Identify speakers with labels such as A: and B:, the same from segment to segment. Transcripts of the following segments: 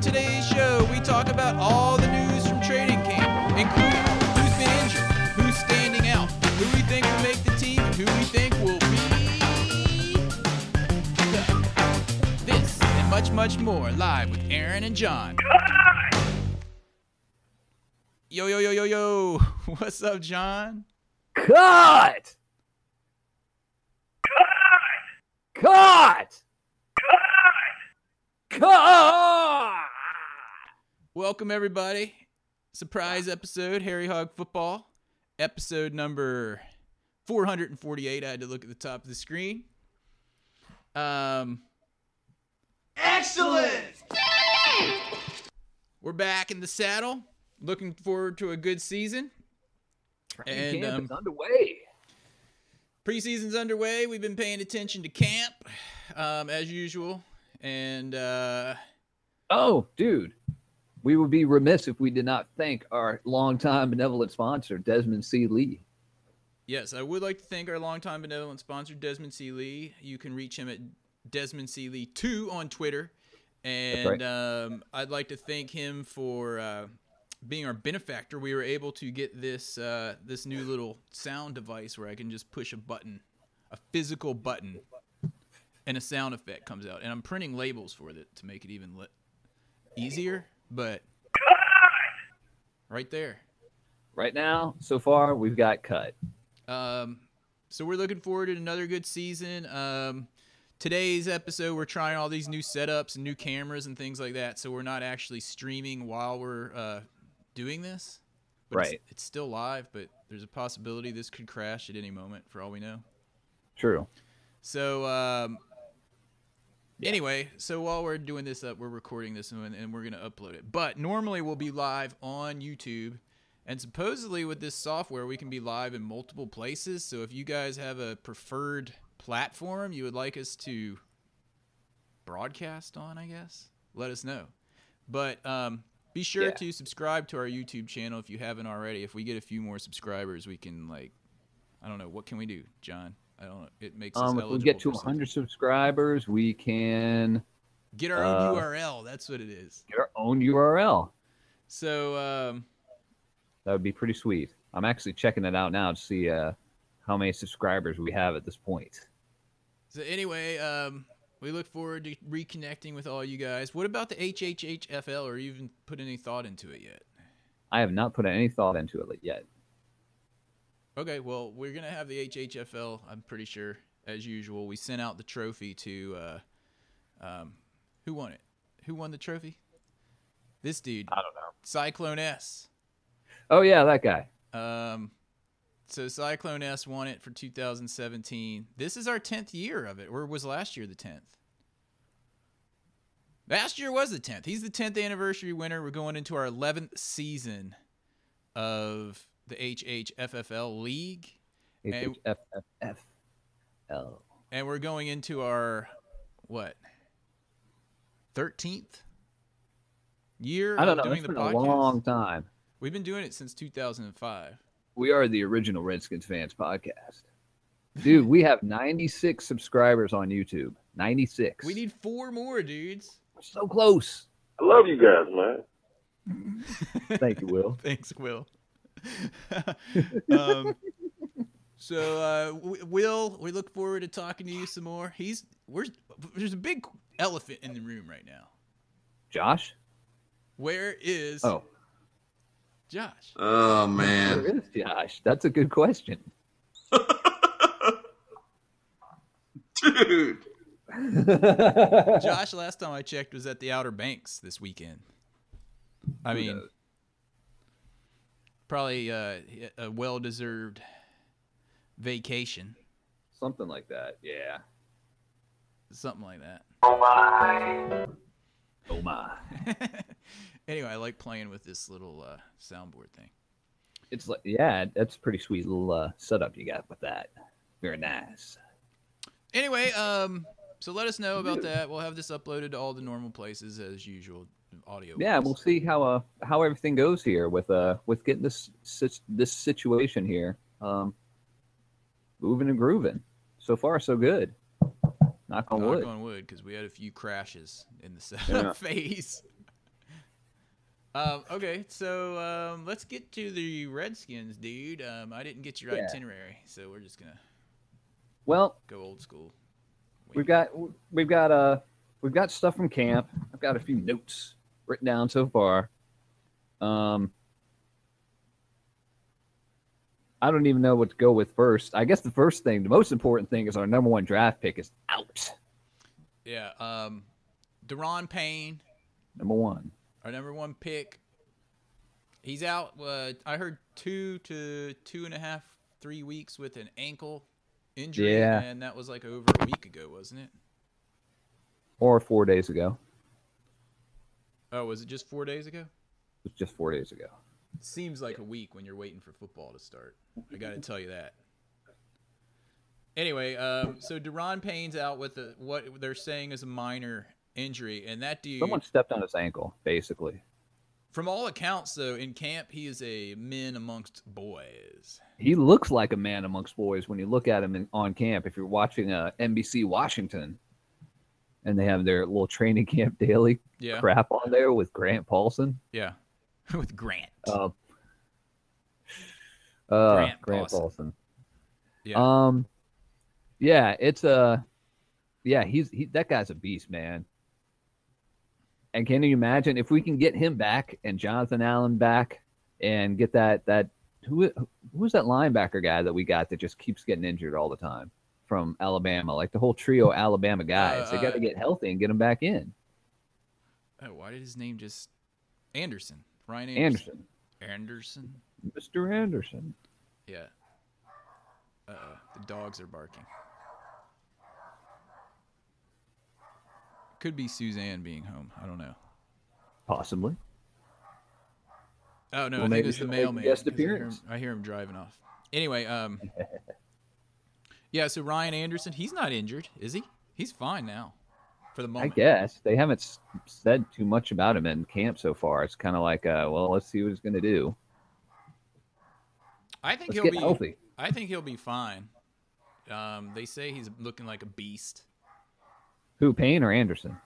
A: Today's show, we talk about all the news from training camp, including who's been injured, who's standing out, who we think will make the team, and who we think will be. the- This and much, much more live with Aaron and John. Yo, yo, yo, yo, yo. What's up, John?
B: Cut! Cut! Cut! Cut!
A: Welcome, everybody. Surprise episode, Harry Hog Football, episode number 448. I had to look at the top of the screen. Um,
C: Excellent!
A: we're back in the saddle. Looking forward to a good season.
B: And,
A: And
B: camp
A: um,
B: is underway.
A: preseason's underway. We've been paying attention to camp, um, as usual. And uh,
B: Oh, dude. We would be remiss if we did not thank our longtime benevolent sponsor, Desmond C. Lee.
A: Yes, I would like to thank our longtime benevolent sponsor, Desmond C. Lee. You can reach him at Desmond C. Lee2 on Twitter. And
B: right.
A: um, I'd like to thank him for uh, being our benefactor. We were able to get this uh, this new little sound device where I can just push a button, a physical button, and a sound effect comes out. And I'm printing labels for it to make it even li- easier. But right there.
B: Right now, so far, we've got cut.
A: Um, so we're looking forward to another good season. Um, today's episode, we're trying all these new setups and new cameras and things like that. So we're not actually streaming while we're uh, doing this. But It's,
B: Right.
A: it's still live, but there's a possibility this could crash at any moment for all we know.
B: True.
A: So um, anyway, so while we're doing this up, we're recording this and, and we're gonna upload it. But normally we'll be live on YouTube, and supposedly with this software we can be live in multiple places. So if you guys have a preferred platform you would like us to broadcast on, I guess let us know. But um, be sure
B: Yeah.
A: to subscribe to our YouTube channel if you haven't already. If we get a few more subscribers, we can like, I don't know, what can we do, John? I don't know. It makes us
B: Um, if
A: eligible
B: we get to
A: for something.
B: 100 subscribers, we can
A: Get our own
B: Uh,
A: URL. That's what it is.
B: get our own URL.
A: So, um,
B: That would be pretty sweet. I'm actually checking it out now to see uh, how many subscribers we have at this point.
A: so anyway, um, we look forward to reconnecting with all you guys. What about the HHHFL? Or you even put any thought into it yet?
B: I have not put any thought into it yet.
A: Okay, well, we're gonna have the HHFL. I'm pretty sure, as usual. We sent out the trophy to, uh, um, who won it? Who won the trophy? This dude,
B: I don't know.
A: Cyclone S.
B: Oh yeah, that guy.
A: Um, so Cyclone S won it for 2017. This is our 10th year of it, or was last year the 10th? Last year was the 10th. He's the 10th anniversary winner. We're going into our 11th season of the HHFFL League, Hey.
B: H F F F L.
A: and we're going into our what 13th year
B: I don't
A: of
B: know.
A: doing
B: It's
A: the
B: been
A: podcast.
B: a long time.
A: We've been doing it since 2005.
B: We are the original Redskins fans podcast, dude. we have 96 subscribers on YouTube. 96.
A: We need four more dudes.
B: We're so close.
C: I love you guys, man.
B: Thank you, Will.
A: Thanks, Will. um, so, uh, W- Will, we look forward to talking to you some more. He's we're there's a big elephant in the room right now.
B: Josh.
A: Where is
B: Oh,
A: Josh?
C: Oh
B: where
C: man.
B: is Josh? That's a good question.
C: Dude.
A: Josh, last time I checked, was at the Outer Banks this weekend. I
B: Who
A: mean,
B: knows?
A: probably uh, a well deserved vacation,
B: Something like that. Yeah.
A: something like that.
B: Oh my.
A: anyway, I like playing with this little uh, soundboard thing.
B: It's like yeah, that's a pretty sweet little uh, setup you got with that. Very nice.
A: anyway, um, so let us know about
B: Dude.
A: that. We'll have this uploaded to all the normal places as usual. Audio.
B: Yeah,
A: wise.
B: we'll see how uh how everything goes here with uh with getting this sit- this situation here um moving and grooving. So far, so good. Knock on
A: knock
B: wood.
A: on wood because we had a few crashes in the setup phase. Um, okay, so um, let's get to the Redskins, dude. Um, I didn't get your
B: Yeah.
A: itinerary, so we're just gonna
B: Well,
A: go old school.
B: we've got we've got uh we've got stuff from camp. I've got a few notes written down so far. Um, I don't even know what to go with first. I guess the first thing, the most important thing, is our number one draft pick is out.
A: Yeah. Um, Deron Payne,
B: Number one.
A: our number one pick. He's out. Uh, I heard two to two and a half, three weeks with an ankle injury,
B: Yeah.
A: and that was like over a week ago, wasn't it?
B: or four days ago.
A: Oh, was it just four days ago?
B: It was just four days ago.
A: Seems like a week when you're waiting for football to start. I got to tell you that. Anyway, um, so Deron Payne's out with a, what they're saying is a minor injury, and that dude,
B: Someone stepped on his ankle, basically.
A: from all accounts, though, in camp, he is a men amongst boys.
B: He looks like a man amongst boys when you look at him in, on camp. If you're watching uh, NBC Washington, and they have their little training camp daily
A: Yeah,
B: crap on there with Grant Paulson.
A: yeah, with Grant.
B: Uh, uh,
A: Grant
B: Grant,
A: Paulson.
B: Paulson.
A: Yeah.
B: Um, yeah, it's a, yeah, he's he, that guy's a beast, man. And can you imagine if we can get him back and Jonathan Allen back and get that that who who's that linebacker guy that we got that just keeps getting injured all the time from Alabama? Like the whole trio Alabama guys,
A: uh,
B: they got to get healthy and get him back in.
A: oh, why did his name just Anderson? Ryan Anderson.
B: Anderson,
A: Anderson.
B: Mr. Anderson.
A: Yeah. Uh, the dogs are barking. Could be Suzanne being home. I don't know.
B: Possibly.
A: Oh no, I
B: Well,
A: think
B: maybe
A: it's the
B: she'll make a
A: mailman.
B: guest
A: 'cause I hear him-
B: appearance.
A: I hear, him driving off. Anyway, um, yeah. So Ryan Anderson, he's not injured, is he? He's fine now, for the
B: I
A: moment.
B: guess they haven't s- said too much about him in camp so far. It's kind of like, uh, well, let's see what he's going to do.
A: I think
B: Let's
A: he'll
B: get
A: be.
B: healthy.
A: I think he'll be fine. Um, they say he's looking like a beast.
B: Who, Payne or Anderson?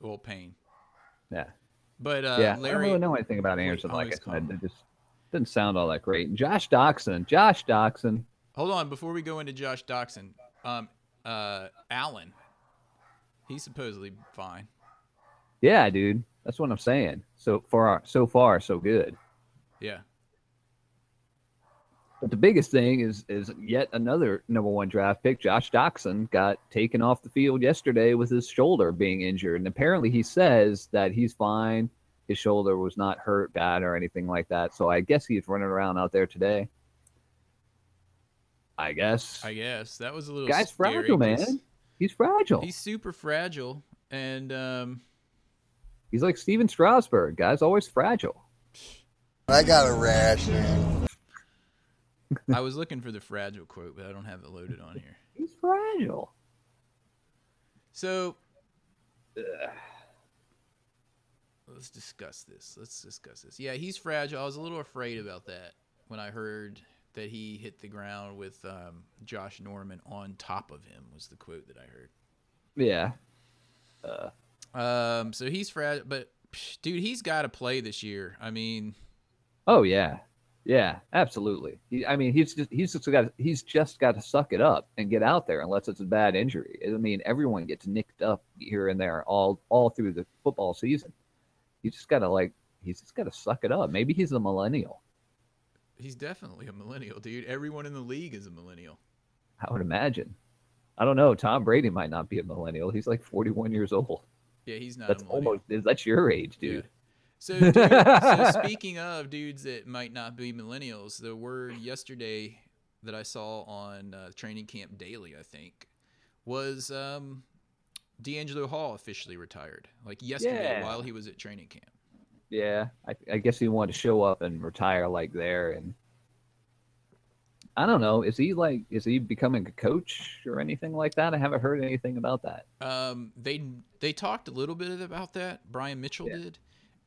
A: Well, pain,
B: Yeah,
A: but uh,
B: yeah. I
A: Larry.
B: don't really know anything about Anderson.
A: always
B: Like I
A: call him.
B: said, it just doesn't sound all that great. And Josh Doxson, Josh Doxson.
A: Hold on, before we go into Josh Doxson, um, uh, Allen, he's supposedly fine.
B: Yeah, dude, that's what I'm saying. So far, so far, so good.
A: Yeah,
B: But the biggest thing is is yet another number one draft pick, Josh Doxson, got taken off the field yesterday with his shoulder being injured, and apparently he says that he's fine. His shoulder was not hurt bad or anything like that. So I guess he's running around out there today. I guess
A: I guess that was a little.
B: Guy's
A: scary
B: fragile,
A: 'cause
B: man. he's fragile. He's,
A: He's super fragile, and um,
B: like Steven Strasburg. Guy's always fragile.
C: I got a rash, man.
A: I was looking for the fragile quote, but I don't have it loaded on here.
B: He's fragile.
A: So let's discuss this. Let's discuss this. Yeah, he's fragile. I was a little afraid about that when I heard that he hit the ground with um, Josh Norman on top of him. Was the quote that I heard.
B: Yeah.
A: Um, so he's fragile, but psh, dude, he's got to play this year. I mean,
B: Oh yeah, yeah, absolutely. He, I mean, he's just he's just got he's just got to suck it up and get out there, unless it's a bad injury. I mean, everyone gets nicked up here and there all all through the football season. You just got to like he's just got to suck it up. Maybe he's a millennial.
A: he's definitely a millennial, dude. Everyone in the league is a millennial.
B: I would imagine. I don't know. Tom Brady might not be a millennial. He's like 41 years old.
A: Yeah, he's not.
B: That's
A: a millennial.
B: almost that's your age,
A: Yeah.
B: dude.
A: So, dude, so speaking of dudes that might not be millennials, the word yesterday that I saw on uh, Training Camp Daily, I think, was um, D'Angelo Hall officially retired. Like yesterday,
B: Yeah.
A: while he was at training camp.
B: Yeah, I, I guess he wanted to show up and retire like there, and I don't know. Is he like? Is he becoming a coach or anything like that? I haven't heard anything about that.
A: Um, they they talked a little bit about that. Brian Mitchell
B: Yeah.
A: did,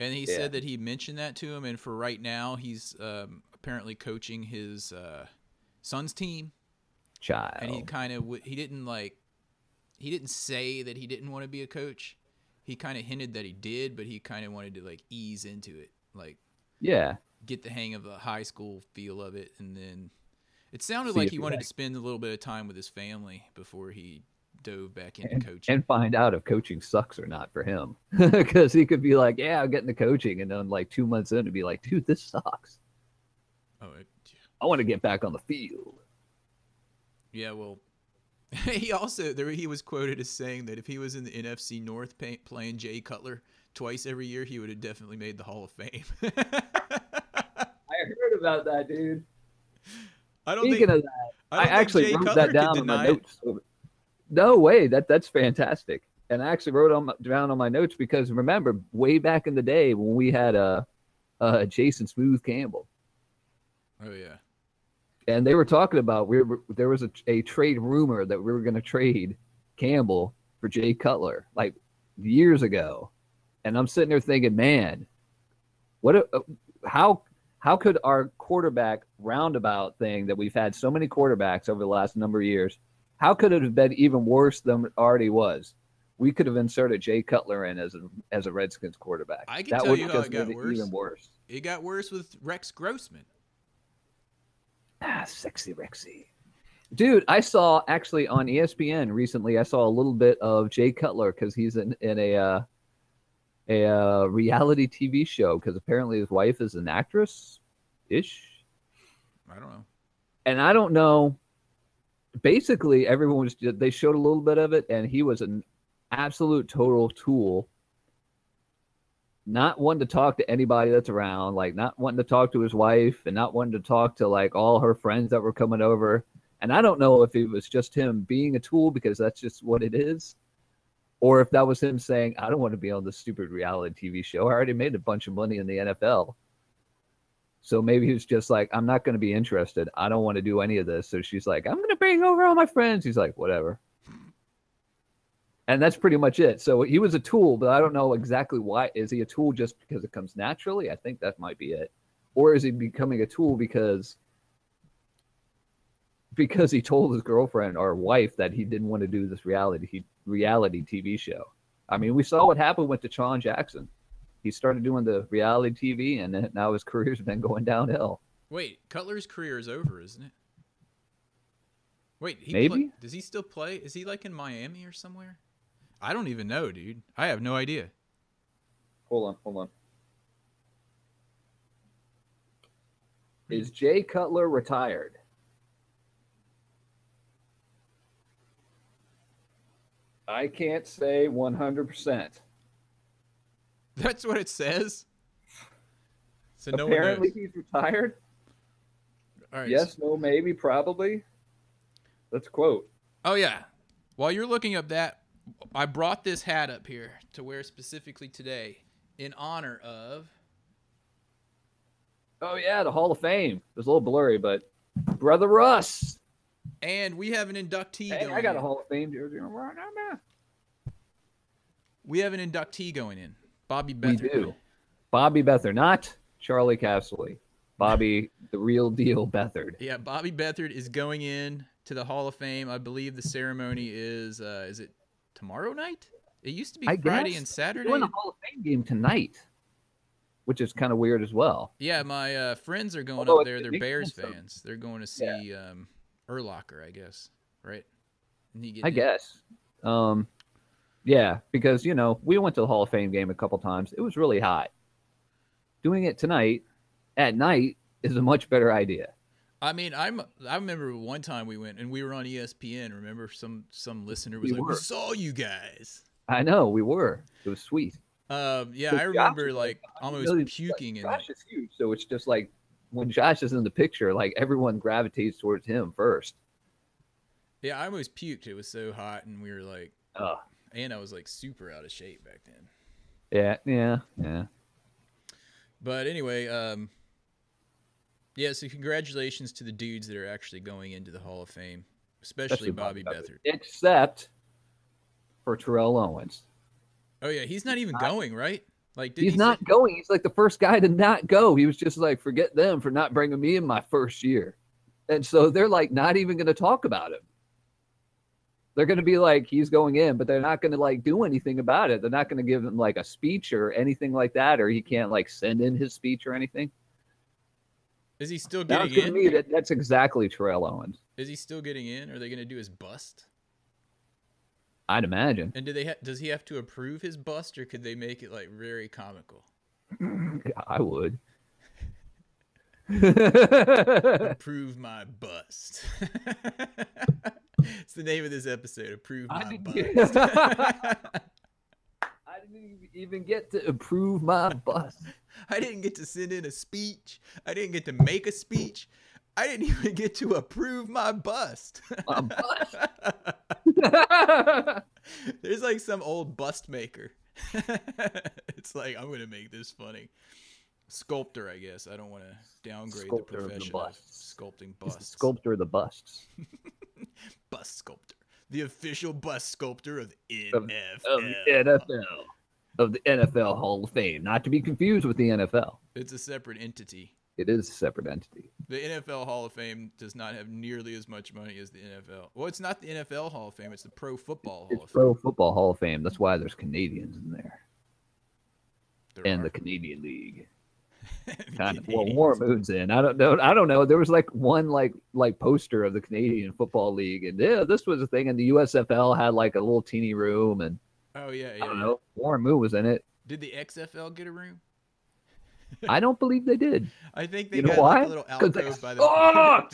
A: and he
B: Yeah.
A: said that he mentioned that to him. And for right now, he's um, apparently coaching his uh, son's team.
B: Child,
A: and he kind of w- he didn't like he didn't say that he didn't want to be a coach he kind of hinted that he did, but he kind of wanted to like ease into it, like
B: Yeah.
A: get the hang of the high school feel of it, and then it sounded
B: See
A: like
B: if
A: he
B: you
A: wanted
B: like
A: to spend a little bit of time with his family before he dove back into coaching.
B: And find out if coaching sucks or not for him. Because he could be like, yeah, I'm getting the coaching. And then, like, two months in, and be like, dude, this sucks.
A: oh, it,
B: I want to get back on the field.
A: yeah, well, he also there he was quoted as saying that if he was in the NFC North pay, playing Jay Cutler twice every year, he would have definitely made the Hall of Fame.
B: I heard about that, dude.
A: I don't
B: Speaking
A: think
B: of that,
A: I,
B: I,
A: don't think
B: actually
A: Jay
B: wrote
A: Cutler
B: that
A: could
B: down on my
A: deny it.
B: notes. No way. That That's fantastic. And I actually wrote on my, down on my notes because remember, way back in the day when we had uh, uh, Jason Smooth Campbell.
A: Oh yeah.
B: and they were talking about we were, there was a, a trade rumor that we were going to trade Campbell for Jay Cutler like years ago, and I'm sitting there thinking, man, what a, uh, how how could our quarterback roundabout thing that we've had so many quarterbacks over the last number of years, how could it have been even worse than it already was? We could have inserted Jay Cutler in as a as a Redskins quarterback.
A: I can
B: that
A: tell
B: would
A: you
B: have
A: how
B: just
A: it got
B: made
A: worse.
B: even worse.
A: It got worse with Rex Grossman.
B: Ah, sexy Rexy. Dude, I saw actually on E ESPN recently. I saw a little bit of Jay Cutler because he's in in a uh, a uh, reality TV show because apparently his wife is an actress ish,
A: I don't know.
B: and I don't know. Basically, everyone was they showed a little bit of it, and he was an absolute total tool. Not wanting to talk to anybody that's around, like not wanting to talk to his wife, and not wanting to talk to like all her friends that were coming over. And I don't know if it was just him being a tool because that's just what it is, or if that was him saying, "I don't want to be on this stupid reality TV show. I already made a bunch of money in the NFL." So maybe he was just like, "I'm not going to be interested. I don't want to do any of this." So she's like, "I'm going to bring over all my friends." He's like, "Whatever." And that's pretty much it. So he was a tool, but I don't know exactly why. Is he a tool just because it comes naturally? I think that might be it. Or is he becoming a tool because because he told his girlfriend or wife that he didn't want to do this reality he, reality TV show. I mean, we saw what happened with Deshaun Jackson. He started doing the reality TV, and then now his career's been going downhill.
A: Wait, Cutler's career is over, isn't it? Wait, he
B: Maybe?
A: play- does he still play? Is he like in Miami or somewhere? I don't even know, dude. I have no idea.
B: Hold on, hold on. Is Jay Cutler retired? I can't say 100%.
A: That's what it says. So no one
B: Apparently,
A: knows.
B: he's retired.
A: All right.
B: Yes, no, maybe, probably. Let's quote.
A: Oh yeah. While you're looking up that, I brought this hat up here to wear specifically today in honor of.
B: Oh yeah, the Hall of Fame. It was a little blurry, but brother Russ.
A: And we have an inductee
B: Hey,
A: going.
B: I got
A: in.
B: a Hall of Fame jersey.
A: We have an inductee going in. Bobby
B: We
A: Bethard.
B: do. Bobby Bethard, not Charlie Castley. Bobby, the real deal Bethard.
A: Yeah, Bobby Bethard is going in to the Hall of Fame. I believe the ceremony is uh, is it tomorrow night? It used to be
B: I
A: Friday
B: guess.
A: and
B: They're
A: Saturday.
B: doing a Hall of Fame game tonight, which is kind of weird as well.
A: Yeah, my uh, friends are going up
B: Although it-
A: there.
B: it
A: They're
B: makes
A: Bears
B: sense, though.
A: fans. They're going to see um, Urlacher, I guess. Right? And he getting
B: I
A: in.
B: guess. Um, yeah, because you know we went to the Hall of Fame game a couple times. It was really hot. Doing it tonight at night is a much better idea.
A: I mean, I'm I remember one time we went and we were on E ESPN. Remember some some listener was
B: We
A: like, "We
B: were.
A: saw you guys."
B: I know we were. It was sweet.
A: Um, yeah,
B: But
A: I
B: Josh
A: remember
B: is like,
A: like almost
B: really-
A: puking in that.
B: Josh is huge, so it's just like when Josh is in the picture, like everyone gravitates towards him first.
A: Yeah, I almost puked. It was so hot, and we were like,
B: Ugh.
A: and I was like super out of shape back then.
B: Yeah, yeah, yeah.
A: But anyway, um, yeah. So congratulations to the dudes that are actually going into the Hall of Fame, especially
B: Especially
A: Bobby,
B: Bobby
A: Bethard.
B: Except for Terrell Owens.
A: Oh yeah, he's not even going, right? Like, did
B: he's
A: he
B: not
A: Say,
B: going. He's like the first guy to not go. He was just like, forget them for not bringing me in my first year. And so they're like not even going to talk about him. They're going to be like he's going in, but they're not going to like do anything about it. They're not going to give him like a speech or anything like that, or he can't like send in his speech or anything.
A: Is he still getting
B: Sounds good to me.
A: in?
B: That, that's exactly Terrell Owens.
A: Is he still getting in? Are they going to do his bust?
B: I'd imagine.
A: And do they ha- does he have to approve his bust, or could they make it like very comical?
B: I would.
A: Approve my bust. it's the name of this episode. Approve
B: I
A: my
B: didn't
A: bust.
B: get- I didn't even get to approve my bust.
A: I didn't get to send in a speech. I didn't get to make a speech. I didn't even get to approve my bust.
B: My bust.
A: There's like some old bust maker. it's like I'm gonna make this funny. Sculptor, I guess. I don't want to downgrade the
B: Sculptor of the
A: profession of
B: busts.
A: sculpting
B: He's the
A: busts.
B: sculptor of the busts.
A: bust sculptor, the official bust sculptor of
B: Of-
A: NFL.
B: of the NFL. Of the NFL Hall of Fame. Not to be confused with the NFL.
A: It's a separate entity.
B: It is a separate entity.
A: The NFL Hall of Fame does not have nearly as much money as the NFL. Well, it's not the NFL Hall of Fame; it's the Pro Football Hall
B: It's
A: of Fame.
B: Pro Football Hall of Fame. That's why there's Canadians in there.
A: There
B: And
A: are-
B: the Canadian League.
A: the
B: Kind of, well,
A: Canadians.
B: Warren Moon's in. I don't know. I don't know. There was like one like like poster of the Canadian Football League, and yeah, this was a thing. And the USFL had like a little teeny room, and
A: Oh yeah, yeah.
B: I don't
A: yeah.
B: know. Warren Moon was in it.
A: Did the XFL get a room?
B: I don't believe they did.
A: I think they
B: You know
A: got like
B: why?
A: a little
B: 'Cause they
A: alcove by the
B: sucked!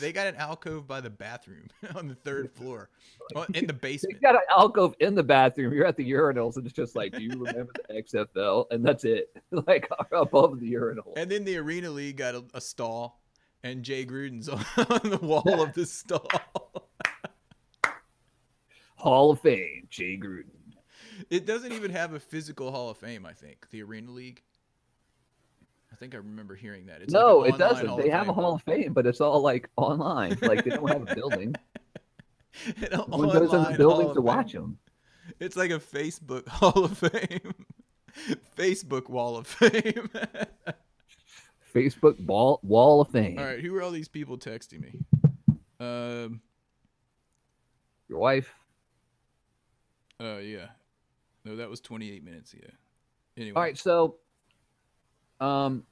A: they got an alcove by the bathroom on the third floor, well, in the
B: They
A: basement.
B: got an alcove in the bathroom. You're at the urinals, and it's just like, do you remember the XFL? And that's it. Like above the urinal.
A: And then the Arena League got a, a stall, and Jay Gruden's on, on the wall of the stall.
B: Hall of Fame, Jay Gruden.
A: It doesn't even have a physical Hall of Fame. I think the Arena League. I think I remember hearing that. It's like
B: no,
A: an
B: it
A: online
B: doesn't.
A: Hall
B: They
A: of
B: have a
A: Fame.
B: Hall of Fame, but it's all like online. Like they don't have a building.
A: An
B: No one goes
A: online
B: in the
A: Hall
B: building
A: of
B: to
A: Fame.
B: watch them.
A: It's like a Facebook Hall of Fame, Facebook Wall of Fame.
B: Facebook ball, Wall of Fame.
A: all right, who are all these people texting me? Um.
B: Your wife.
A: Oh yeah. No, that was 28 minutes ago. Anyway.
B: All right, so, um,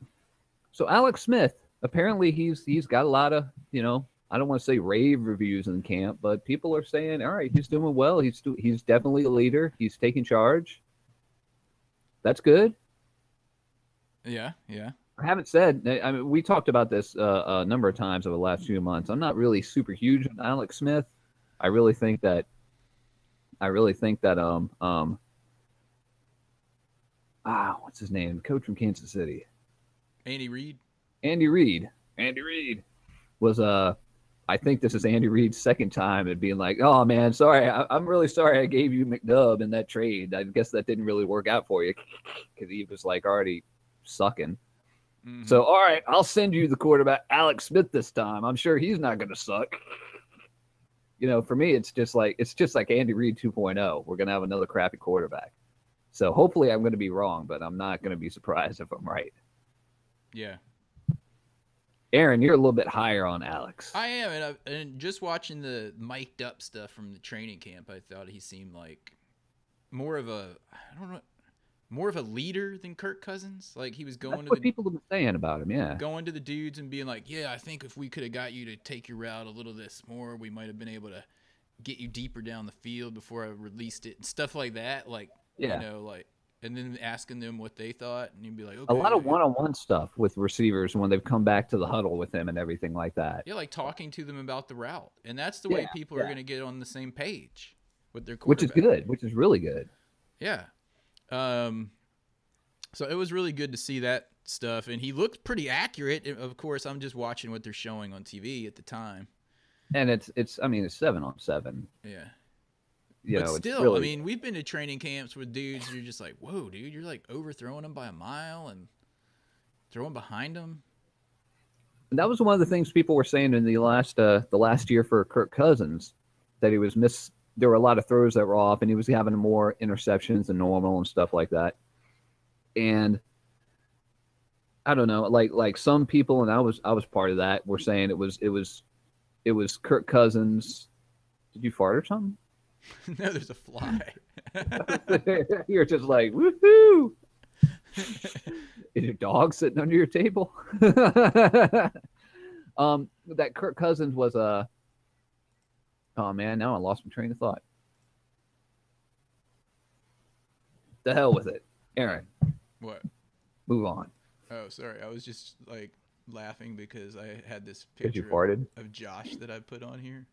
B: so Alex Smith apparently he's he's got a lot of you know I don't want to say rave reviews in camp, but people are saying all right he's doing well he's do, he's definitely a leader he's taking charge. That's good.
A: Yeah, yeah.
B: I haven't said I mean we talked about this uh, a number of times over the last few months. I'm not really super huge on Alex Smith. I really think that I really think that um um ah what's his name coach from Kansas City.
A: Andy Reid.
B: Andy Reid. Andy Reid was Uh, I think this is Andy Reid's second time at being like, "Oh man, sorry, I, I'm really sorry I gave you McNubb in that trade. I guess that didn't really work out for you because he was like already sucking."
A: Mhm.
B: So, all right, I'll send you the quarterback Alex Smith this time. I'm sure he's not going to suck. You know, for me, it's just like it's just like Andy Reid 2.0. We're going to have another crappy quarterback. So hopefully, I'm going to be wrong, but I'm not going to be surprised if I'm right.
A: yeah.
B: Aaron, you're a little bit higher on Alex.
A: I am, and, I, and just watching the mic'd up stuff from the training camp, I thought he seemed like more of a I don't know, more of a leader than Kirk Cousins. Like he was going
B: That's
A: to
B: what
A: the
B: people have been saying about him. Yeah,
A: going to the dudes and being like, "Yeah, I think if we could have got you to take your route a little this more, we might have been able to get you deeper down the field before I released it and stuff like that." Like
B: yeah.
A: you know, like and then asking them what they thought, and you'd be like, uh, "Okay."
B: a lot of
A: yeah."
B: one-on-one stuff with receivers when they've come back to the huddle with him and everything like that.
A: Yeah, like talking to them about the route, and that's the way
B: Yeah,
A: people are
B: yeah.
A: going to get on the same page with their
B: Which is
A: quarterback.
B: good. Which is really good.
A: Yeah. Um, so it was really good to see that stuff, and he looked pretty accurate. And Of course, I'm just watching what they're showing on TV at the time.
B: And it's it's. I mean, it's seven on seven.
A: Yeah.
B: You
A: but
B: know,
A: still,
B: it's really,
A: I mean, we've been to training camps with dudes. You're just like, whoa, dude, you're like overthrowing them by a mile and throwing behind them.
B: And that was one of the things people were saying in the last uh, the last year for Kirk Cousins that he was miss. There were a lot of throws that were off, and he was having more interceptions than normal and stuff like that. And I don't know, like like some people, and I was I was part of that. Were saying it was it was it was Kirk Cousins. Did you fart or something?
A: no, there's a fly.
B: You're just like, woohoo! Is your dog sitting under your table? um, that Kirk Cousins was a. Oh man, now I lost my train of thought. The hell with it, Aaron.
A: what?
B: Move on.
A: Oh, sorry. I was just like laughing because I had this
B: Did you
A: picture of,
B: farted?
A: of Josh that I put on here.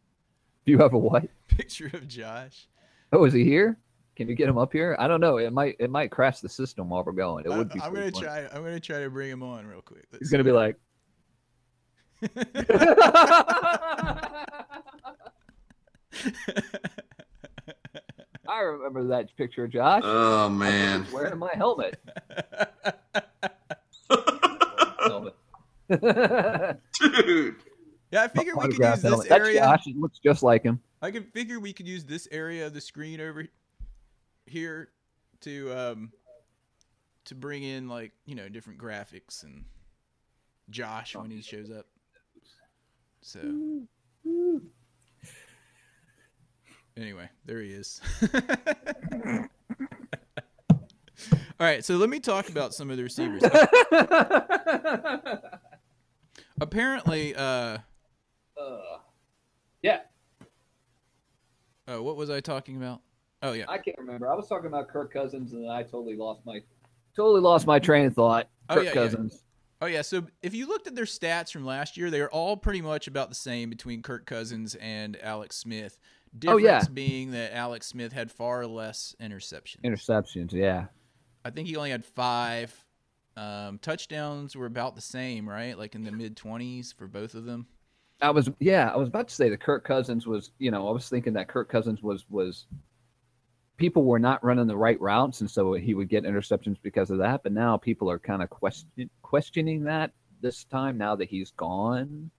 B: Do you have a what?
A: Picture of Josh.
B: Oh, is he here? Can you get him up here? I don't know. It might it might crash the system while we're going. It
A: I,
B: would be.
A: am
B: pretty
A: gonna
B: funny.
A: try. I'm gonna try to bring him on real quick. Let's
B: He's gonna be like. I remember that picture, Josh.
D: Oh
B: I
D: man.
B: was wearing my helmet. helmet.
D: Dude.
A: yeah, I figure we could use
B: Autographed helmet.
A: this
B: That's
A: area.
B: Josh. It looks just like him.
A: I can figure we could use this area of the screen over here to um to bring in like you know different graphics and Josh when he shows up. So anyway, there he is. All right, so let me talk about some of the receivers.
B: Uh, Ugh.
A: Apparently, uh,
B: yeah,
A: oh, what was I talking about? Oh yeah,
B: I can't remember. I was talking about Kirk Cousins, and I totally lost my totally lost my train of thought.
A: Oh,
B: Kirk
A: yeah, yeah.
B: Cousins.
A: Oh yeah, so if you looked at their stats from last year, they are all pretty much about the same between Kirk Cousins and Alex Smith.
B: Oh,
A: Difference
B: yeah.
A: being that Alex Smith had far less interceptions.
B: Interceptions. Yeah.
A: I think he only had five. Um, touchdowns were about the same, right? Like in the mid twenties for both of them.
B: I was yeah, I was about to say that Kirk Cousins was, you know, I was thinking that Kirk Cousins was was people were not running the right routes and so he would get interceptions because of that, but now people are kind of question, questioning that this time now that he's gone.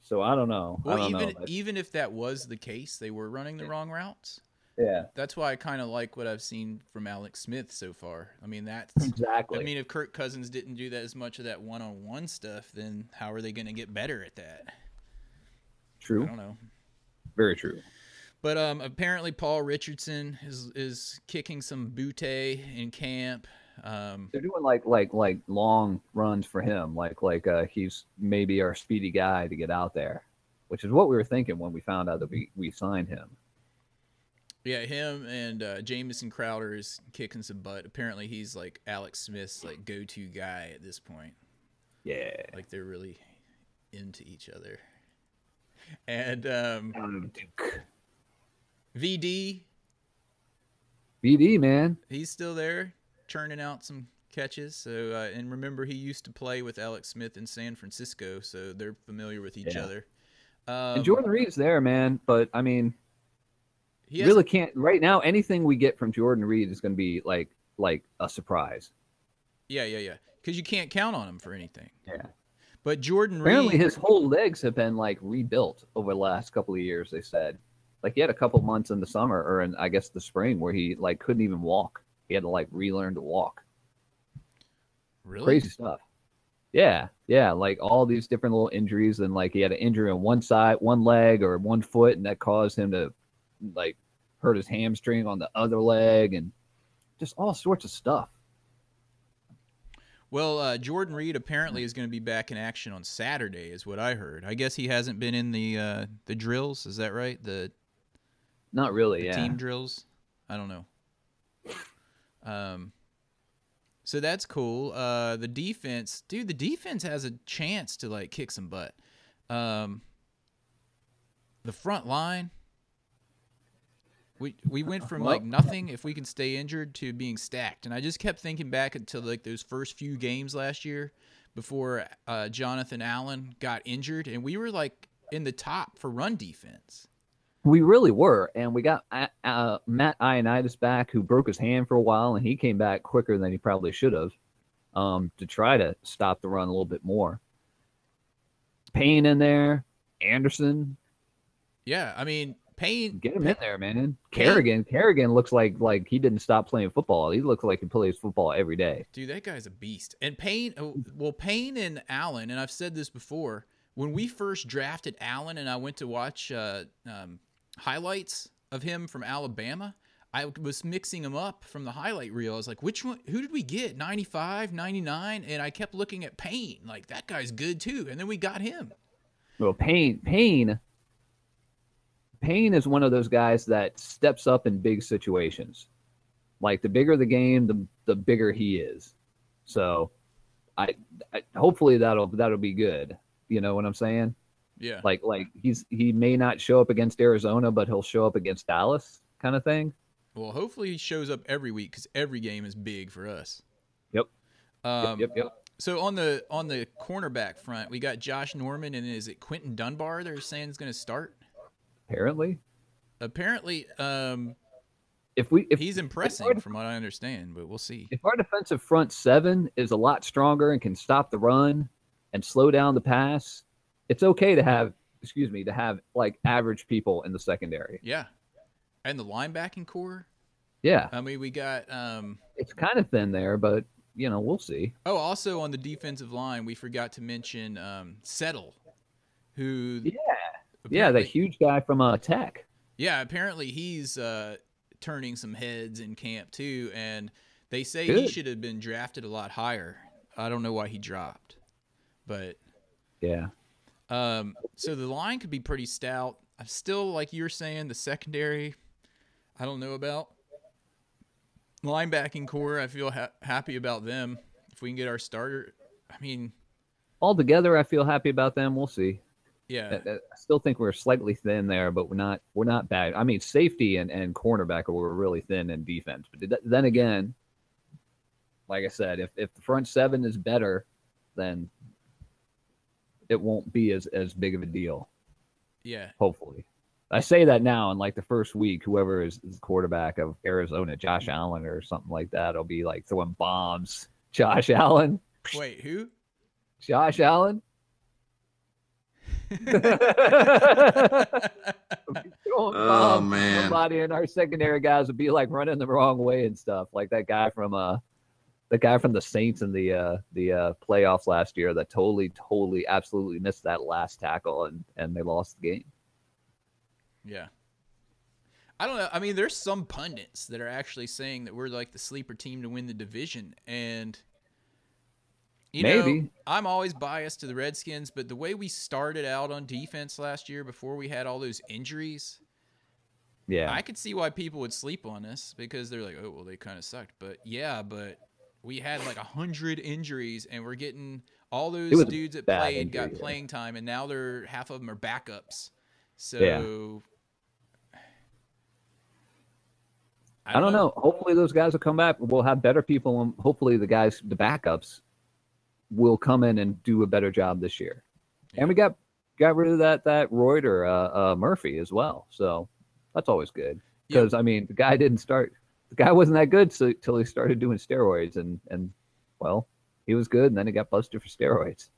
B: So I don't know. I
A: Well,
B: don't
A: even
B: know. but-
A: even if that was the case, they were running the wrong routes.
B: yeah.
A: That's why I kind of like what I've seen from Alex Smith so far. I mean, that's
B: Exactly.
A: I mean, if Kirk Cousins didn't do that as much of that one-on-one stuff, then how are they going to get better at that? I
B: true.
A: don't know.
B: Very true.
A: But um, apparently Paul Richardson is is kicking some butte in camp. Um,
B: They're doing like like like long runs for him, like like uh he's maybe our speedy guy to get out there, which is what we were thinking when we found out that we we signed him.
A: yeah, him and uh, Jamison Crowder is kicking some butt. Apparently, he's like Alex Smith's like go-to guy at this point.
B: Yeah.
A: Like they're really into each other. And um, VD,
B: BD man.
A: he's still there churning out some catches so uh, and remember he used to play with alex smith in san francisco so they're familiar with each
B: Yeah.
A: other um,
B: and Jordan Reed's there, man. But I mean,
A: he has-
B: really can't right now. Anything we get from Jordan Reed is going to be like like a surprise.
A: yeah yeah yeah because you can't count on him for anything
B: Yeah.
A: but jordan
B: Apparently,
A: reed
B: his whole legs have been like rebuilt over the last couple of years. They said, like he had a couple months in the summer or in I guess the spring where he like couldn't even walk. He had to like relearn to walk.
A: really
B: crazy stuff. Yeah, yeah, like all these different little injuries, and like he had an injury on one side, one leg, or one foot, and that caused him to like hurt his hamstring on the other leg, and just all sorts of stuff.
A: well uh, jordan reed apparently is going to be back in action on saturday is what i heard i guess he hasn't been in the uh, the drills is that right the
B: Not really, yeah.
A: team drills. I don't know. Um, so that's cool. Uh, the defense, dude, the defense has a chance to like kick some butt. Um, the front line. We, we went from like
B: Well-
A: nothing if we can stay injured to being stacked and i just kept thinking back until like those first few games last year before uh, jonathan allen got injured and we were like in the top for run defense
B: We really were, and we got uh, uh, Matt Ioannidis back, who broke his hand for a while, and he came back quicker than he probably should have, um, to try to stop the run a little bit more. Payne in there, Anderson,
A: yeah i mean payne
B: Get him in there, man. Kerrigan, Kerrigan looks like like he didn't stop playing football. He looks like he plays football every day.
A: Dude, that guy's a beast. And Payne, oh, well, Payne and Allen, and I've said this before. When we first drafted Allen, and I went to watch uh, um, highlights of him from Alabama. I was mixing them up from the highlight reel. I was like, which one, who did we get? 95, 99? And I kept looking at Payne. Like, that guy's good too. And then we got him.
B: Well, Payne, Payne, Payne is one of those guys that steps up in big situations. Like the bigger the game, the the bigger he is. So, I, I hopefully that'll that'll be good. You know what I'm saying?
A: Yeah.
B: Like like he's he may not show up against Arizona, but he'll show up against Dallas, kind of thing.
A: Well, hopefully he shows up every week because every game is big for us.
B: Yep.
A: Um,
B: yep, yep.
A: So on the on the cornerback front, we got Josh Norman and is it Quentin Dunbar? They're saying is going to start.
B: Apparently,
A: Apparently, um,
B: if we if
A: he's impressing from what I understand, but we'll see.
B: if our defensive front seven is a lot stronger and can stop the run and slow down the pass, it's okay to have excuse me to have like average people in the secondary.
A: Yeah. And the linebacking core.
B: Yeah,
A: I mean, we got. Um,
B: it's kind of thin there, but you know we'll see.
A: oh, also on the defensive line, we forgot to mention um, Settle, who.
B: Yeah, Yeah, that
A: apparently-
B: huge guy from uh, Tech.
A: Yeah, apparently he's uh, turning some heads in camp too, and they say he
B: Good.
A: should have been drafted a lot higher. I don't know why he dropped, but
B: Yeah,
A: um, so the line could be pretty stout. I'm still like you were saying, the secondary, I don't know about linebacking core. I feel ha- happy about them. If we can get our starter, I mean,
B: altogether I feel happy about them. We'll see. I,
A: yeah,
B: I still think we're slightly thin there, but we're not we're not bad. I mean, safety and and cornerback were really thin in defense. But th- then again, like I said, if if the front seven is better, then it won't be as as big of a deal.
A: yeah,
B: Hopefully, I say that now, and like the first week, whoever is, is quarterback of Arizona, Josh Allen or something like that, will be like throwing bombs. Josh Allen,
A: Wait, who?
B: Josh Allen. throwing
C: Oh,
B: bombs.
C: man.
B: um, Somebody in our secondary guys would be like running the wrong way and stuff, like that guy from uh, the guy from the Saints in the uh the uh playoffs last year that totally, totally, absolutely missed that last tackle and and they lost the game.
A: Yeah. I don't know. I mean, there's some pundits that are actually saying that we're like the sleeper team to win the division, and you know,
B: Maybe.
A: I'm always biased to the Redskins, but the way we started out on defense last year before we had all those injuries,
B: Yeah,
A: I could see why people would sleep on us because they're like, oh, well, they kind of sucked. But yeah, but we had like a hundred injuries, and we're getting all those
B: was a
A: dudes that
B: bad
A: played got
B: injury, yeah.
A: playing time, and now they're half of them are backups. So
B: Yeah. I don't know. Hopefully those guys will come back. We'll have better people, and hopefully the guys, the backups, will come in and do a better job this year.
A: Yeah.
B: And we got got rid of that that Reuter uh, uh, Murphy as well, so that's always good.
A: Yeah.
B: Because I mean, the guy didn't start. The guy wasn't that good so, till he started doing steroids, and and well, he was good, and then he got busted for steroids.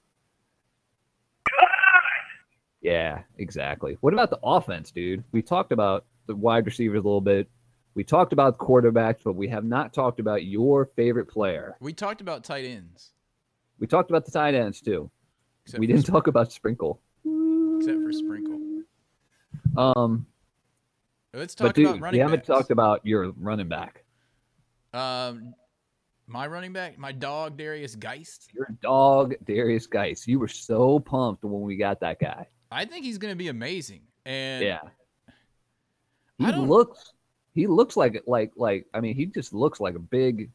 B: Yeah, exactly. What about the offense, dude? We talked about the wide receivers a little bit. We talked about quarterbacks, but we have not talked about your favorite player.
A: We talked about tight ends,
B: We talked about the tight ends too.
A: except,
B: we
A: for,
B: didn't talk about Sprinkle.
A: except for Sprinkle.
B: Um,
A: Let's
B: but
A: talk
B: dude,
A: about
B: we
A: running
B: haven't
A: backs.
B: talked about your running back,
A: um, my running back, my dog Darius Geist.
B: your dog Darius Geis. You were so pumped when we got that guy.
A: I think he's going to be amazing. And
B: Yeah,
A: I
B: he
A: don't-
B: looks. He looks like like like. I mean, he just looks like a big,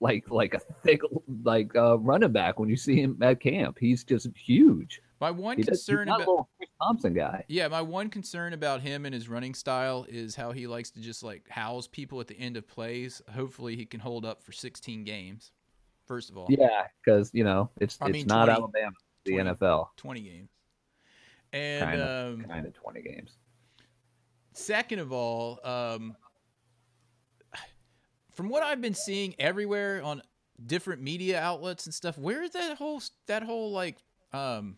B: like like a thick like uh, running back when you see him at camp. He's just huge.
A: my one
B: He does- he's
A: concern
B: not
A: about
B: a little Chris Thompson guy.
A: yeah, my one concern about him and his running style is how he likes to just like house people at the end of plays. Hopefully, he can hold up for 16 games. First of all,
B: Yeah, because you know it's
A: I
B: it's
A: mean,
B: not
A: 20
B: Alabama, it's the
A: 20.
B: NFL
A: 20 games. And
B: Kinda,
A: um,
B: kind of twenty games.
A: Second of all, um, from what I've been seeing everywhere on different media outlets and stuff, where did that whole that whole like um,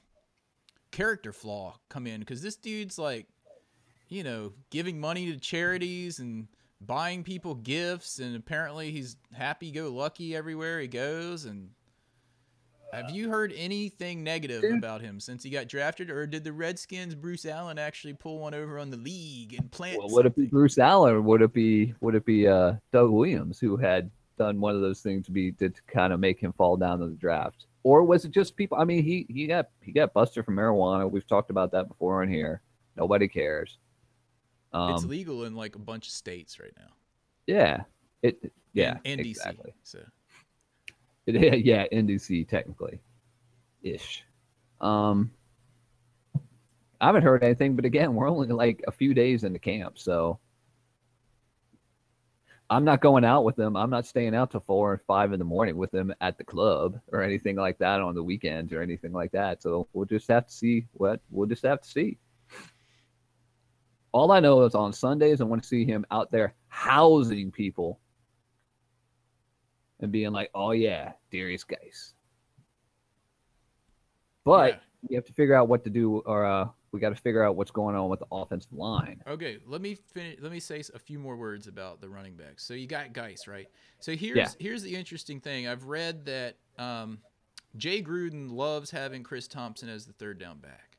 A: character flaw come in? Because this dude's like, you know, giving money to charities and buying people gifts, and apparently he's happy go lucky everywhere he goes, and Have you heard anything negative
B: Dude.
A: about him since he got drafted, or did the Redskins Bruce Allen actually pull one over on the league and plant?
B: Well, would it be
A: something?
B: Bruce Allen or would it be would it be uh, Doug Williams who had done one of those things to be to, kind of make him fall down in the draft? Or was it just people I mean he he got he got busted for marijuana. We've talked about that before on here. Nobody cares.
A: it's
B: Um,
A: legal in like a bunch of states right now.
B: yeah. It yeah,
A: and, and
B: exactly.
A: DC. So
B: It, yeah, NDC technically, ish. Um, I haven't heard anything, but again, we're only like a few days into camp, so I'm not going out with them. I'm not staying out till four or five in the morning with them at the club or anything like that on the weekends or anything like that. So we'll just have to see what we'll just have to see. All I know is on Sundays, I want to see him out there housing people and being like, "Oh yeah, Darius Geis." But
A: Yeah.
B: we have to figure out what to do, or uh, we got to figure out what's going on with the offensive line.
A: Okay, let me finish. Let me say s- a few more words about the running backs. So you got Geis, right? So here's here's the interesting thing. I've read that um, Jay Gruden loves having Chris Thompson as the third down back.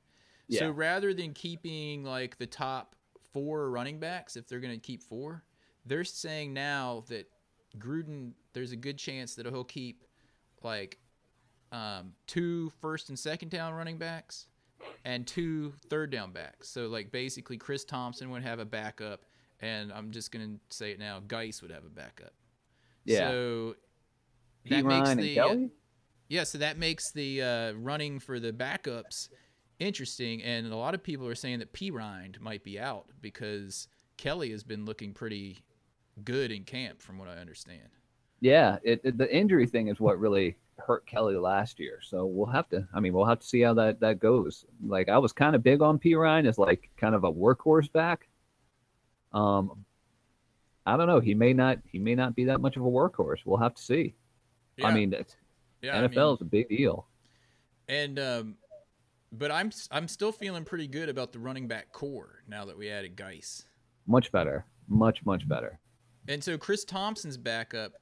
A: So
B: Yeah.
A: rather than keeping like the top four running backs, if they're going to keep four, they're saying now that Gruden, there's a good chance that he'll keep like um, two first and second down running backs and two third down backs. So like basically Chris Thompson would have a backup and I'm just going to say it now, Geis would have a backup.
B: Yeah,
A: So
B: P. Ryan and Kelly.
A: uh, yeah, so that makes the uh, running for the backups interesting, and a lot of people are saying that P Rind might be out because Kelly has been looking pretty good in camp, from what I understand.
B: Yeah, it, it- the injury thing is what really hurt Kelly last year. So we'll have to. I mean, we'll have to see how that that goes. Like I was kind of big on P Ryan as like kind of a workhorse back. Um, I don't know. He may not. He may not be that much of a workhorse. We'll have to see. I mean, that's
A: yeah,
B: NFL is a big deal.
A: and um, but I'm s- I'm still feeling pretty good about the running back core now that we added Geis.
B: Much better. Much much better.
A: And so Chris Thompson's backup.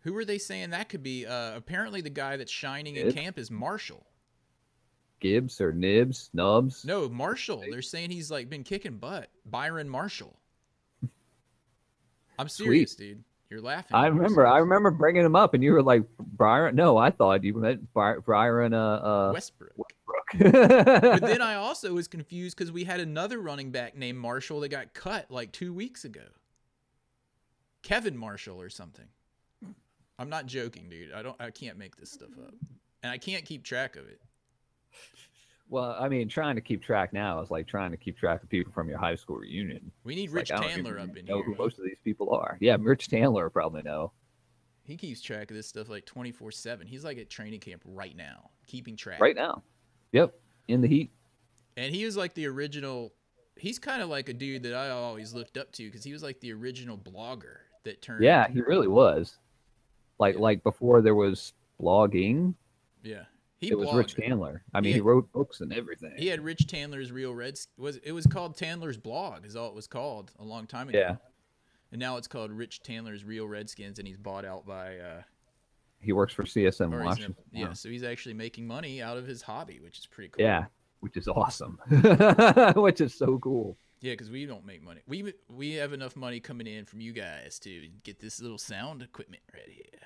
A: Who are they saying that could be? Uh, apparently, the guy that's shining in
B: Gibbs?
A: camp is Marshall.
B: Gibbs or Nibs, Nubs.
A: No, Marshall. They're saying he's like been kicking butt. Byron Marshall. I'm serious, dude. You're laughing.
B: I remember. I remember bringing him up, and you were like, "Byron." No, I thought you meant By- Byron. Uh, uh
A: Westbrook.
B: Brooke.
A: But then I also was confused because we had another running back named Marshall that got cut like two weeks ago. Kevin Marshall or something. I'm not joking, dude. I don't. I can't make this stuff up, and I can't keep track of it.
B: well, I mean, trying to keep track now is like trying to keep track of people from your high school reunion.
A: We need
B: It's
A: Rich
B: like, I don't
A: Tandler
B: even
A: up in
B: know
A: here.
B: who most of these people are. Yeah, Rich Tandler will probably know.
A: He keeps track of this stuff like 24 seven. He's like at training camp right now, keeping track.
B: Right now. Yep, in the heat.
A: and he was like the original he's kind of like a dude that i always looked up to because he was like the original blogger that turned
B: Yeah, he really was. Like like before there was blogging,
A: yeah he
B: it was
A: blogged.
B: Rich Tandler. I mean,
A: He-
B: he wrote books and everything.
A: he had rich tandler's real reds was it was called tandler's blog is all it was called a long time ago
B: Yeah.
A: and now it's called rich tandler's real redskins and he's bought out by uh
B: He works for
A: or
B: CSM
A: he's in a-
B: Washington. now.
A: yeah so he's actually making money out of his hobby which is pretty cool
B: Yeah, which is awesome. which is so cool.
A: yeah because we don't make money we we have enough money coming in from you guys to get this little sound equipment right here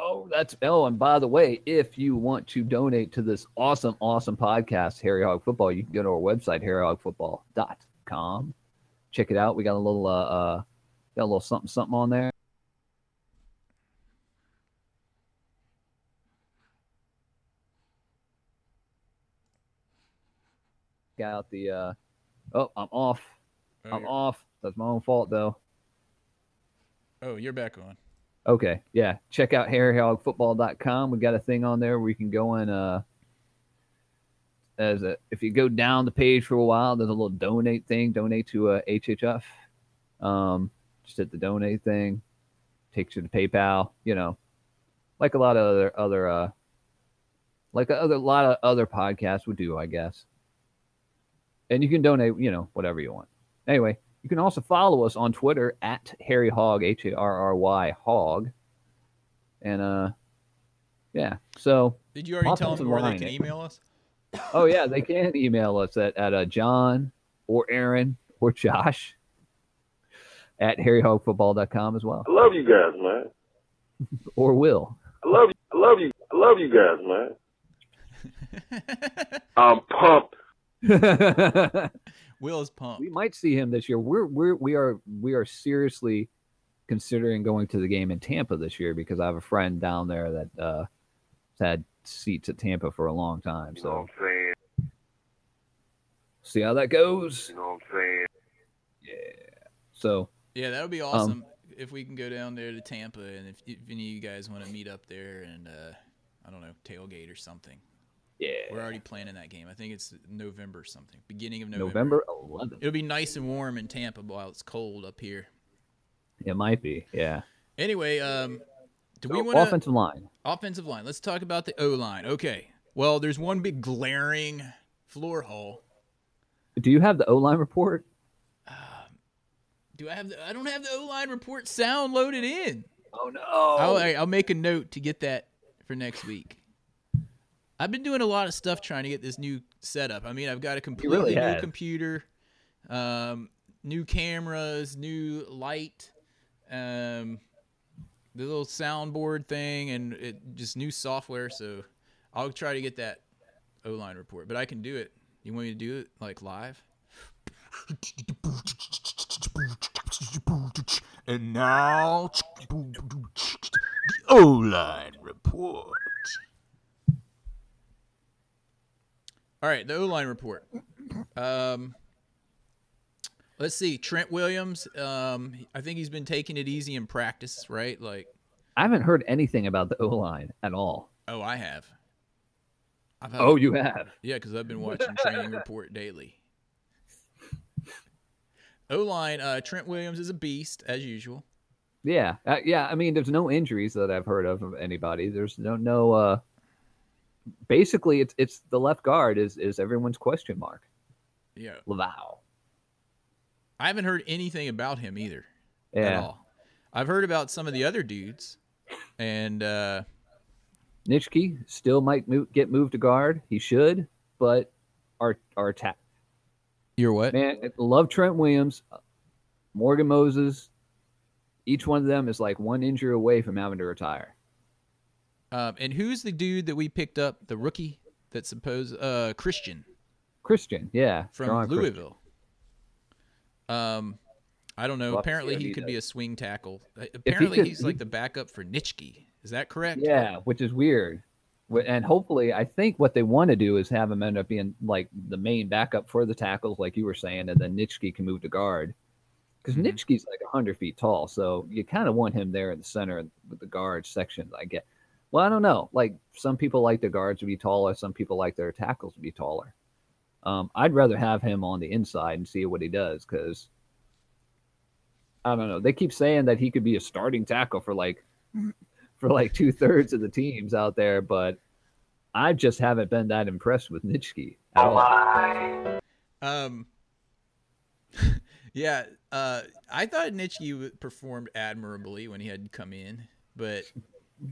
B: Oh, that's oh, and by the way, if you want to donate to this awesome, awesome podcast, Harry Hog Football, you can go to our website, harryhogfootball.com. Check it out. We got a little uh, uh got a little something something on there. Got out the uh oh, I'm off.
A: oh,
B: I'm
A: you're-
B: off. That's my own fault though.
A: oh you're back on
B: Okay, yeah. Check out harryhogfootball.com. We got a thing on there where you can go and uh as a, if you go down the page for a while, there's a little donate thing. Donate to uh, HHF. Um, just hit the donate thing. Takes you to PayPal. You know, like a lot of other other uh, like a other lot of other podcasts would do, I guess. And you can donate, you know, whatever you want. Anyway, you can also follow us on Twitter at Harry Hog, H A R R Y Hog. And uh Yeah. So,
A: Did you already tell
B: Offensive
A: them where they
B: line.
A: can email us?
B: oh yeah, they can email us at at uh, John or Aaron or Josh at harryhogfootball.com as well,
D: I love you guys, man.
B: or Will.
D: I love you. I love you. I love you guys, man. I'm pumped.
B: we
A: Will's pumped.
B: might see him this year. We're we're we are we are seriously considering going to the game in Tampa this year because I have a friend down there that uh, has had seats at Tampa for a long time.
D: You know what
B: So
D: I'm saying?
B: see how that goes.
D: You know what I'm saying?
B: So
A: Yeah, that would be awesome if we can go down there to Tampa, and if, if any of you guys want to meet up there and uh, I don't know tailgate or something.
B: yeah,
A: We're already planning that game. I think it's November something, beginning of November.
B: November 11th.
A: It'll be nice and warm in Tampa while it's cold up here.
B: It might be. Yeah.
A: Anyway, um, do we
B: So,
A: want to
B: offensive line.
A: offensive line? Let's talk about the O line. Okay. Well, there's one big glaring floor hole.
B: Do you have the O line report?
A: Do I have the? I don't have the O line report sound loaded in.
B: Oh no.
A: I'll, all right, I'll make a note to get that for next week. I've been doing a lot of stuff trying to get this new setup. I mean, I've got a completely
B: really
A: new
B: have.
A: computer, um, new cameras, new light, um, the little soundboard thing, and it, just new software. So I'll try to get that O line report, but I can do it. You want me to do it like live?
E: And now, the O line report.
A: All right, the O line report. Um, let's see, Trent Williams. Um, I think he's been taking it easy in practice, right? Like,
B: I haven't heard anything about the O line at all.
A: oh, I have. I've had,
B: Oh, you have.
A: yeah, because I've been watching Training Report daily. O line, uh, Trent Williams is a beast as usual.
B: Yeah, uh, yeah. I mean, there's no injuries that I've heard of of anybody. There's no no. uh Basically, it's it's the left guard is is everyone's question mark.
A: Yeah,
B: Laval.
A: I haven't heard anything about him either. at
B: Yeah,
A: all. I've heard about some of the other dudes, and uh,
B: Nitschke still might mo- get moved to guard. He should, but our our ta-
A: you're what?
B: man, I love Trent Williams, Morgan Moses. Each one of them is like one injury away from having to retire.
A: Um, and who's the dude that we picked up, the rookie that's supposed uh, Christian
B: Christian, yeah,
A: from
B: Jaron Christian.
A: Louisville? Um, I don't know.
B: Well,
A: Apparently,
B: yeah,
A: he
B: he
A: could
B: does.
A: be a swing tackle. Uh, Apparently,
B: could-
A: he's
B: he-
A: like the backup for Nitschke. Is that correct?
B: Yeah, which is weird. Wh- And hopefully, I think what they want to do is have him end up being like the main backup for the tackles, like you were saying, and then Nitschke can move to guard. Because
A: Mhm.
B: Nitschke's like 100 feet tall. So you kind of want him there in the center with the guard section, I get. Well, I don't know. Like some people like the guards to be taller, some people like their tackles to be taller. Um, I'd rather have him on the inside and see what he does because I don't know. They keep saying that he could be a starting tackle for like for like two thirds of the teams out there, but I just haven't been that impressed with Nitschke at all.
A: Um, yeah. Uh, I thought Nitschke w- performed admirably when he had come in, but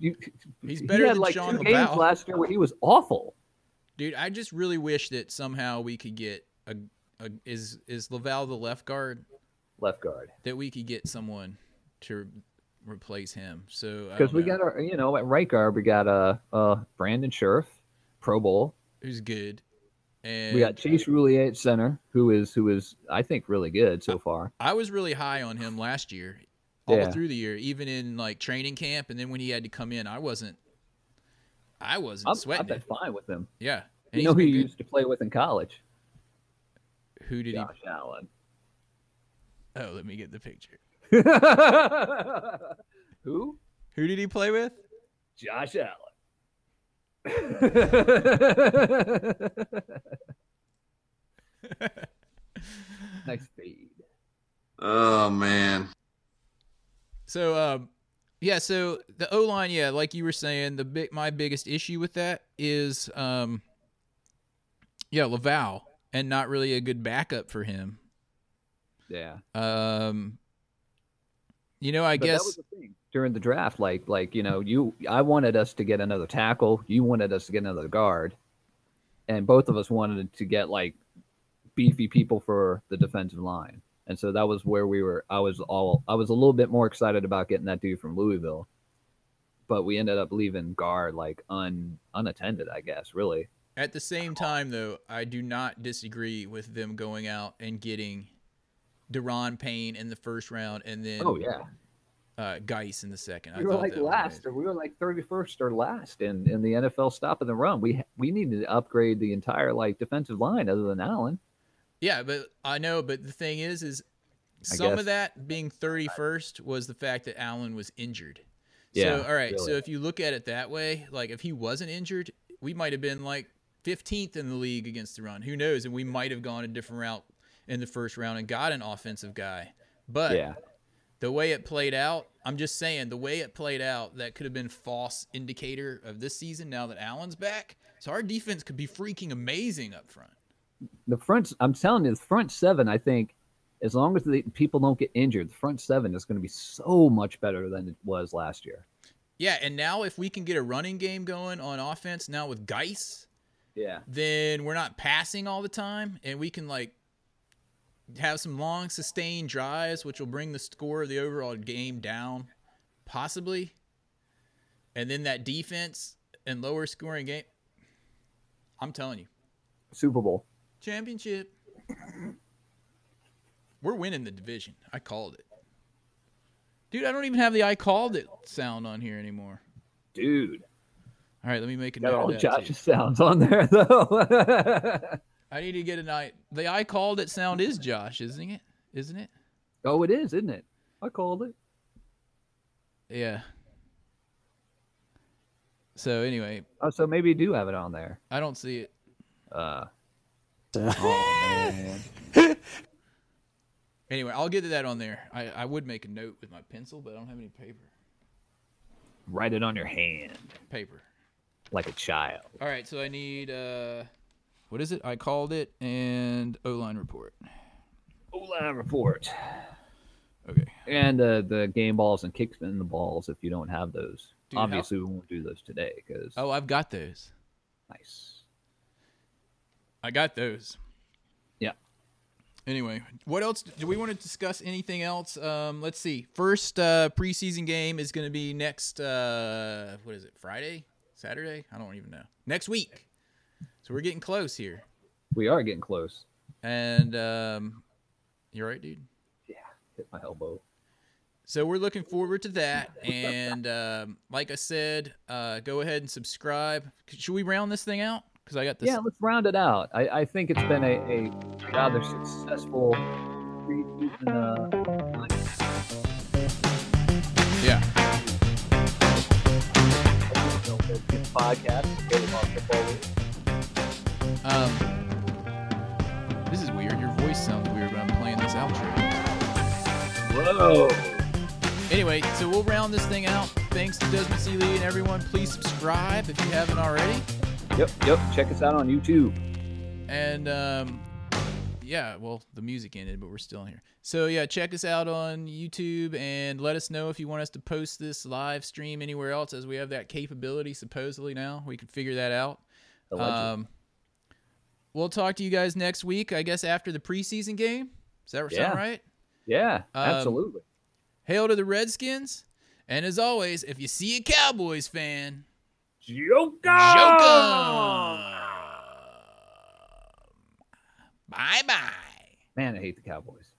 B: You,
A: He's
B: he
A: better
B: had
A: than
B: like
A: Sean
B: two games
A: Laval.
B: last year where he was awful.
A: dude, I just really wish that somehow we could get a, a is is Laval the left guard?
B: Left guard
A: that we could get someone to replace him. So I
B: because
A: don't
B: we
A: know
B: got our you know at right guard we got uh uh Brandon Scherf, Pro Bowl.
A: who's good, and
B: We got Chase Roulier at center, who is who is I think really good so far.
A: I was really high on him last year, all
B: Yeah.
A: through the year, even in like training camp, and then when he had to come in, I wasn't, I wasn't
B: I'm, I've
A: sweating.
B: been
A: it.
B: fine with him.
A: Yeah, and
B: You know
A: he's
B: who
A: been
B: you
A: good.
B: used to play with in college?
A: who did
B: Josh Allen.
A: he? Oh, let me get the picture.
B: Who?
A: Who did he play with?
B: Josh Allen. nice fade.
D: Oh man.
A: So, um, yeah, so the O line, yeah, like you were saying, the big my biggest issue with that is, um, yeah, Laval, and not really a good backup for him.
B: Yeah.
A: Um, you know, I
B: But
A: guess
B: that was the thing. during the draft. Like like you know you I wanted us to get another tackle. You wanted us to get another guard, and both of us wanted to get like beefy people for the defensive line. And so that was where we were. I was all I was a little bit more excited about getting that dude from Louisville, but we ended up leaving guard like un unattended. I guess really.
A: At the same time, though, I do not disagree with them going out and getting Deron Payne in the first round and then
B: Oh yeah.
A: uh, Geis in the second. I
B: we were
A: thought
B: like
A: that was
B: last,
A: amazing.
B: or we were like thirty first or last in in the NFL stop and the run. We we needed to upgrade the entire like defensive line other than Allen.
A: Yeah, but I know. But the thing is, is
B: I
A: some
B: guess.
A: of that being 31st was the fact that Allen was injured.
B: Yeah,
A: So all right. So
B: really.
A: if you look at it that way, like if he wasn't injured, we might have been like 15th in the league against the run. Who knows? And we might have gone a different route in the first round and got an offensive guy. But
B: yeah,
A: the way it played out, I'm just saying the way it played out, that could have been false indicator of this season. Now that Allen's back, so our defense could be freaking amazing up front.
B: the front. I'm telling you, the front seven. I think as long as the people don't get injured, the front seven is going to be so much better than it was last year.
A: Yeah, and now if we can get a running game going on offense now with Geis,
B: Yeah,
A: then we're not passing all the time, and we can like have some long sustained drives, which will bring the score of the overall game down, possibly. And then that defense and lower scoring game. I'm telling you,
B: Super Bowl.
A: championship. We're winning the division. I called it. Dude, I don't even have the I called it sound on here anymore.
B: Dude,
A: All right, let me make a
B: got
A: note of
B: all
A: that, too.
B: Josh's sounds on there though.
A: I need to get an I. The I called it sound is Josh, isn't it? Isn't it?
B: oh, it is, isn't it? I called it.
A: Yeah. So anyway,
B: Oh, so maybe you do have it on there.
A: I don't see it.
B: Uh,
A: Anyway, I'll get to that on there. I, I would make a note with my pencil, but I don't have any paper.
B: write it on your hand
A: Paper.
B: like a child.
A: All right, so I need uh, what is it? I called it and O line report.
B: O-line report.
A: Okay.
B: And uh, the game balls and kicks in the balls if you don't have those.
A: Dude, how-
B: Obviously, we won't do those today because
A: Oh, I've got those.
B: nice.
A: I got those.
B: Yeah.
A: Anyway, what else do we want to discuss? Anything else? Um, let's see. First uh, preseason game is going to be next. Uh, what is it? Friday? Saturday? I don't even know. Next week. So we're getting close here.
B: We are getting close.
A: And um, you're right, dude.
B: Hit my elbow.
A: So we're looking forward to that. And um, like I said, uh, go ahead and subscribe. Should we round this thing out? Because I got this.
B: Yeah, let's round it out. I, I think it's been a, a rather successful preseason. Uh, like,
A: yeah.
B: you know, podcast. Go to Market Foley.
A: Um, this is weird. Your voice sounds weird when I'm playing this outro.
B: Whoa!
A: Anyway, so we'll round this thing out. Thanks to Desmond C. Lee and everyone. Please subscribe if you haven't already.
B: Yep, yep. Check us out on YouTube.
A: And um, yeah, well, the music ended, but we're still in here. So yeah, check us out on YouTube and let us know if you want us to post this live stream anywhere else, as we have that capability supposedly now. We can figure that out.
B: Allegedly.
A: Um, we'll talk to you guys next week, I guess, after the preseason game. Is that
B: Yeah.
A: sound right?
B: yeah,
A: um,
B: absolutely.
A: Hail to the Redskins. And as always, if you see a Cowboys fan, joke 'em. Bye bye.
B: Man, I hate the Cowboys.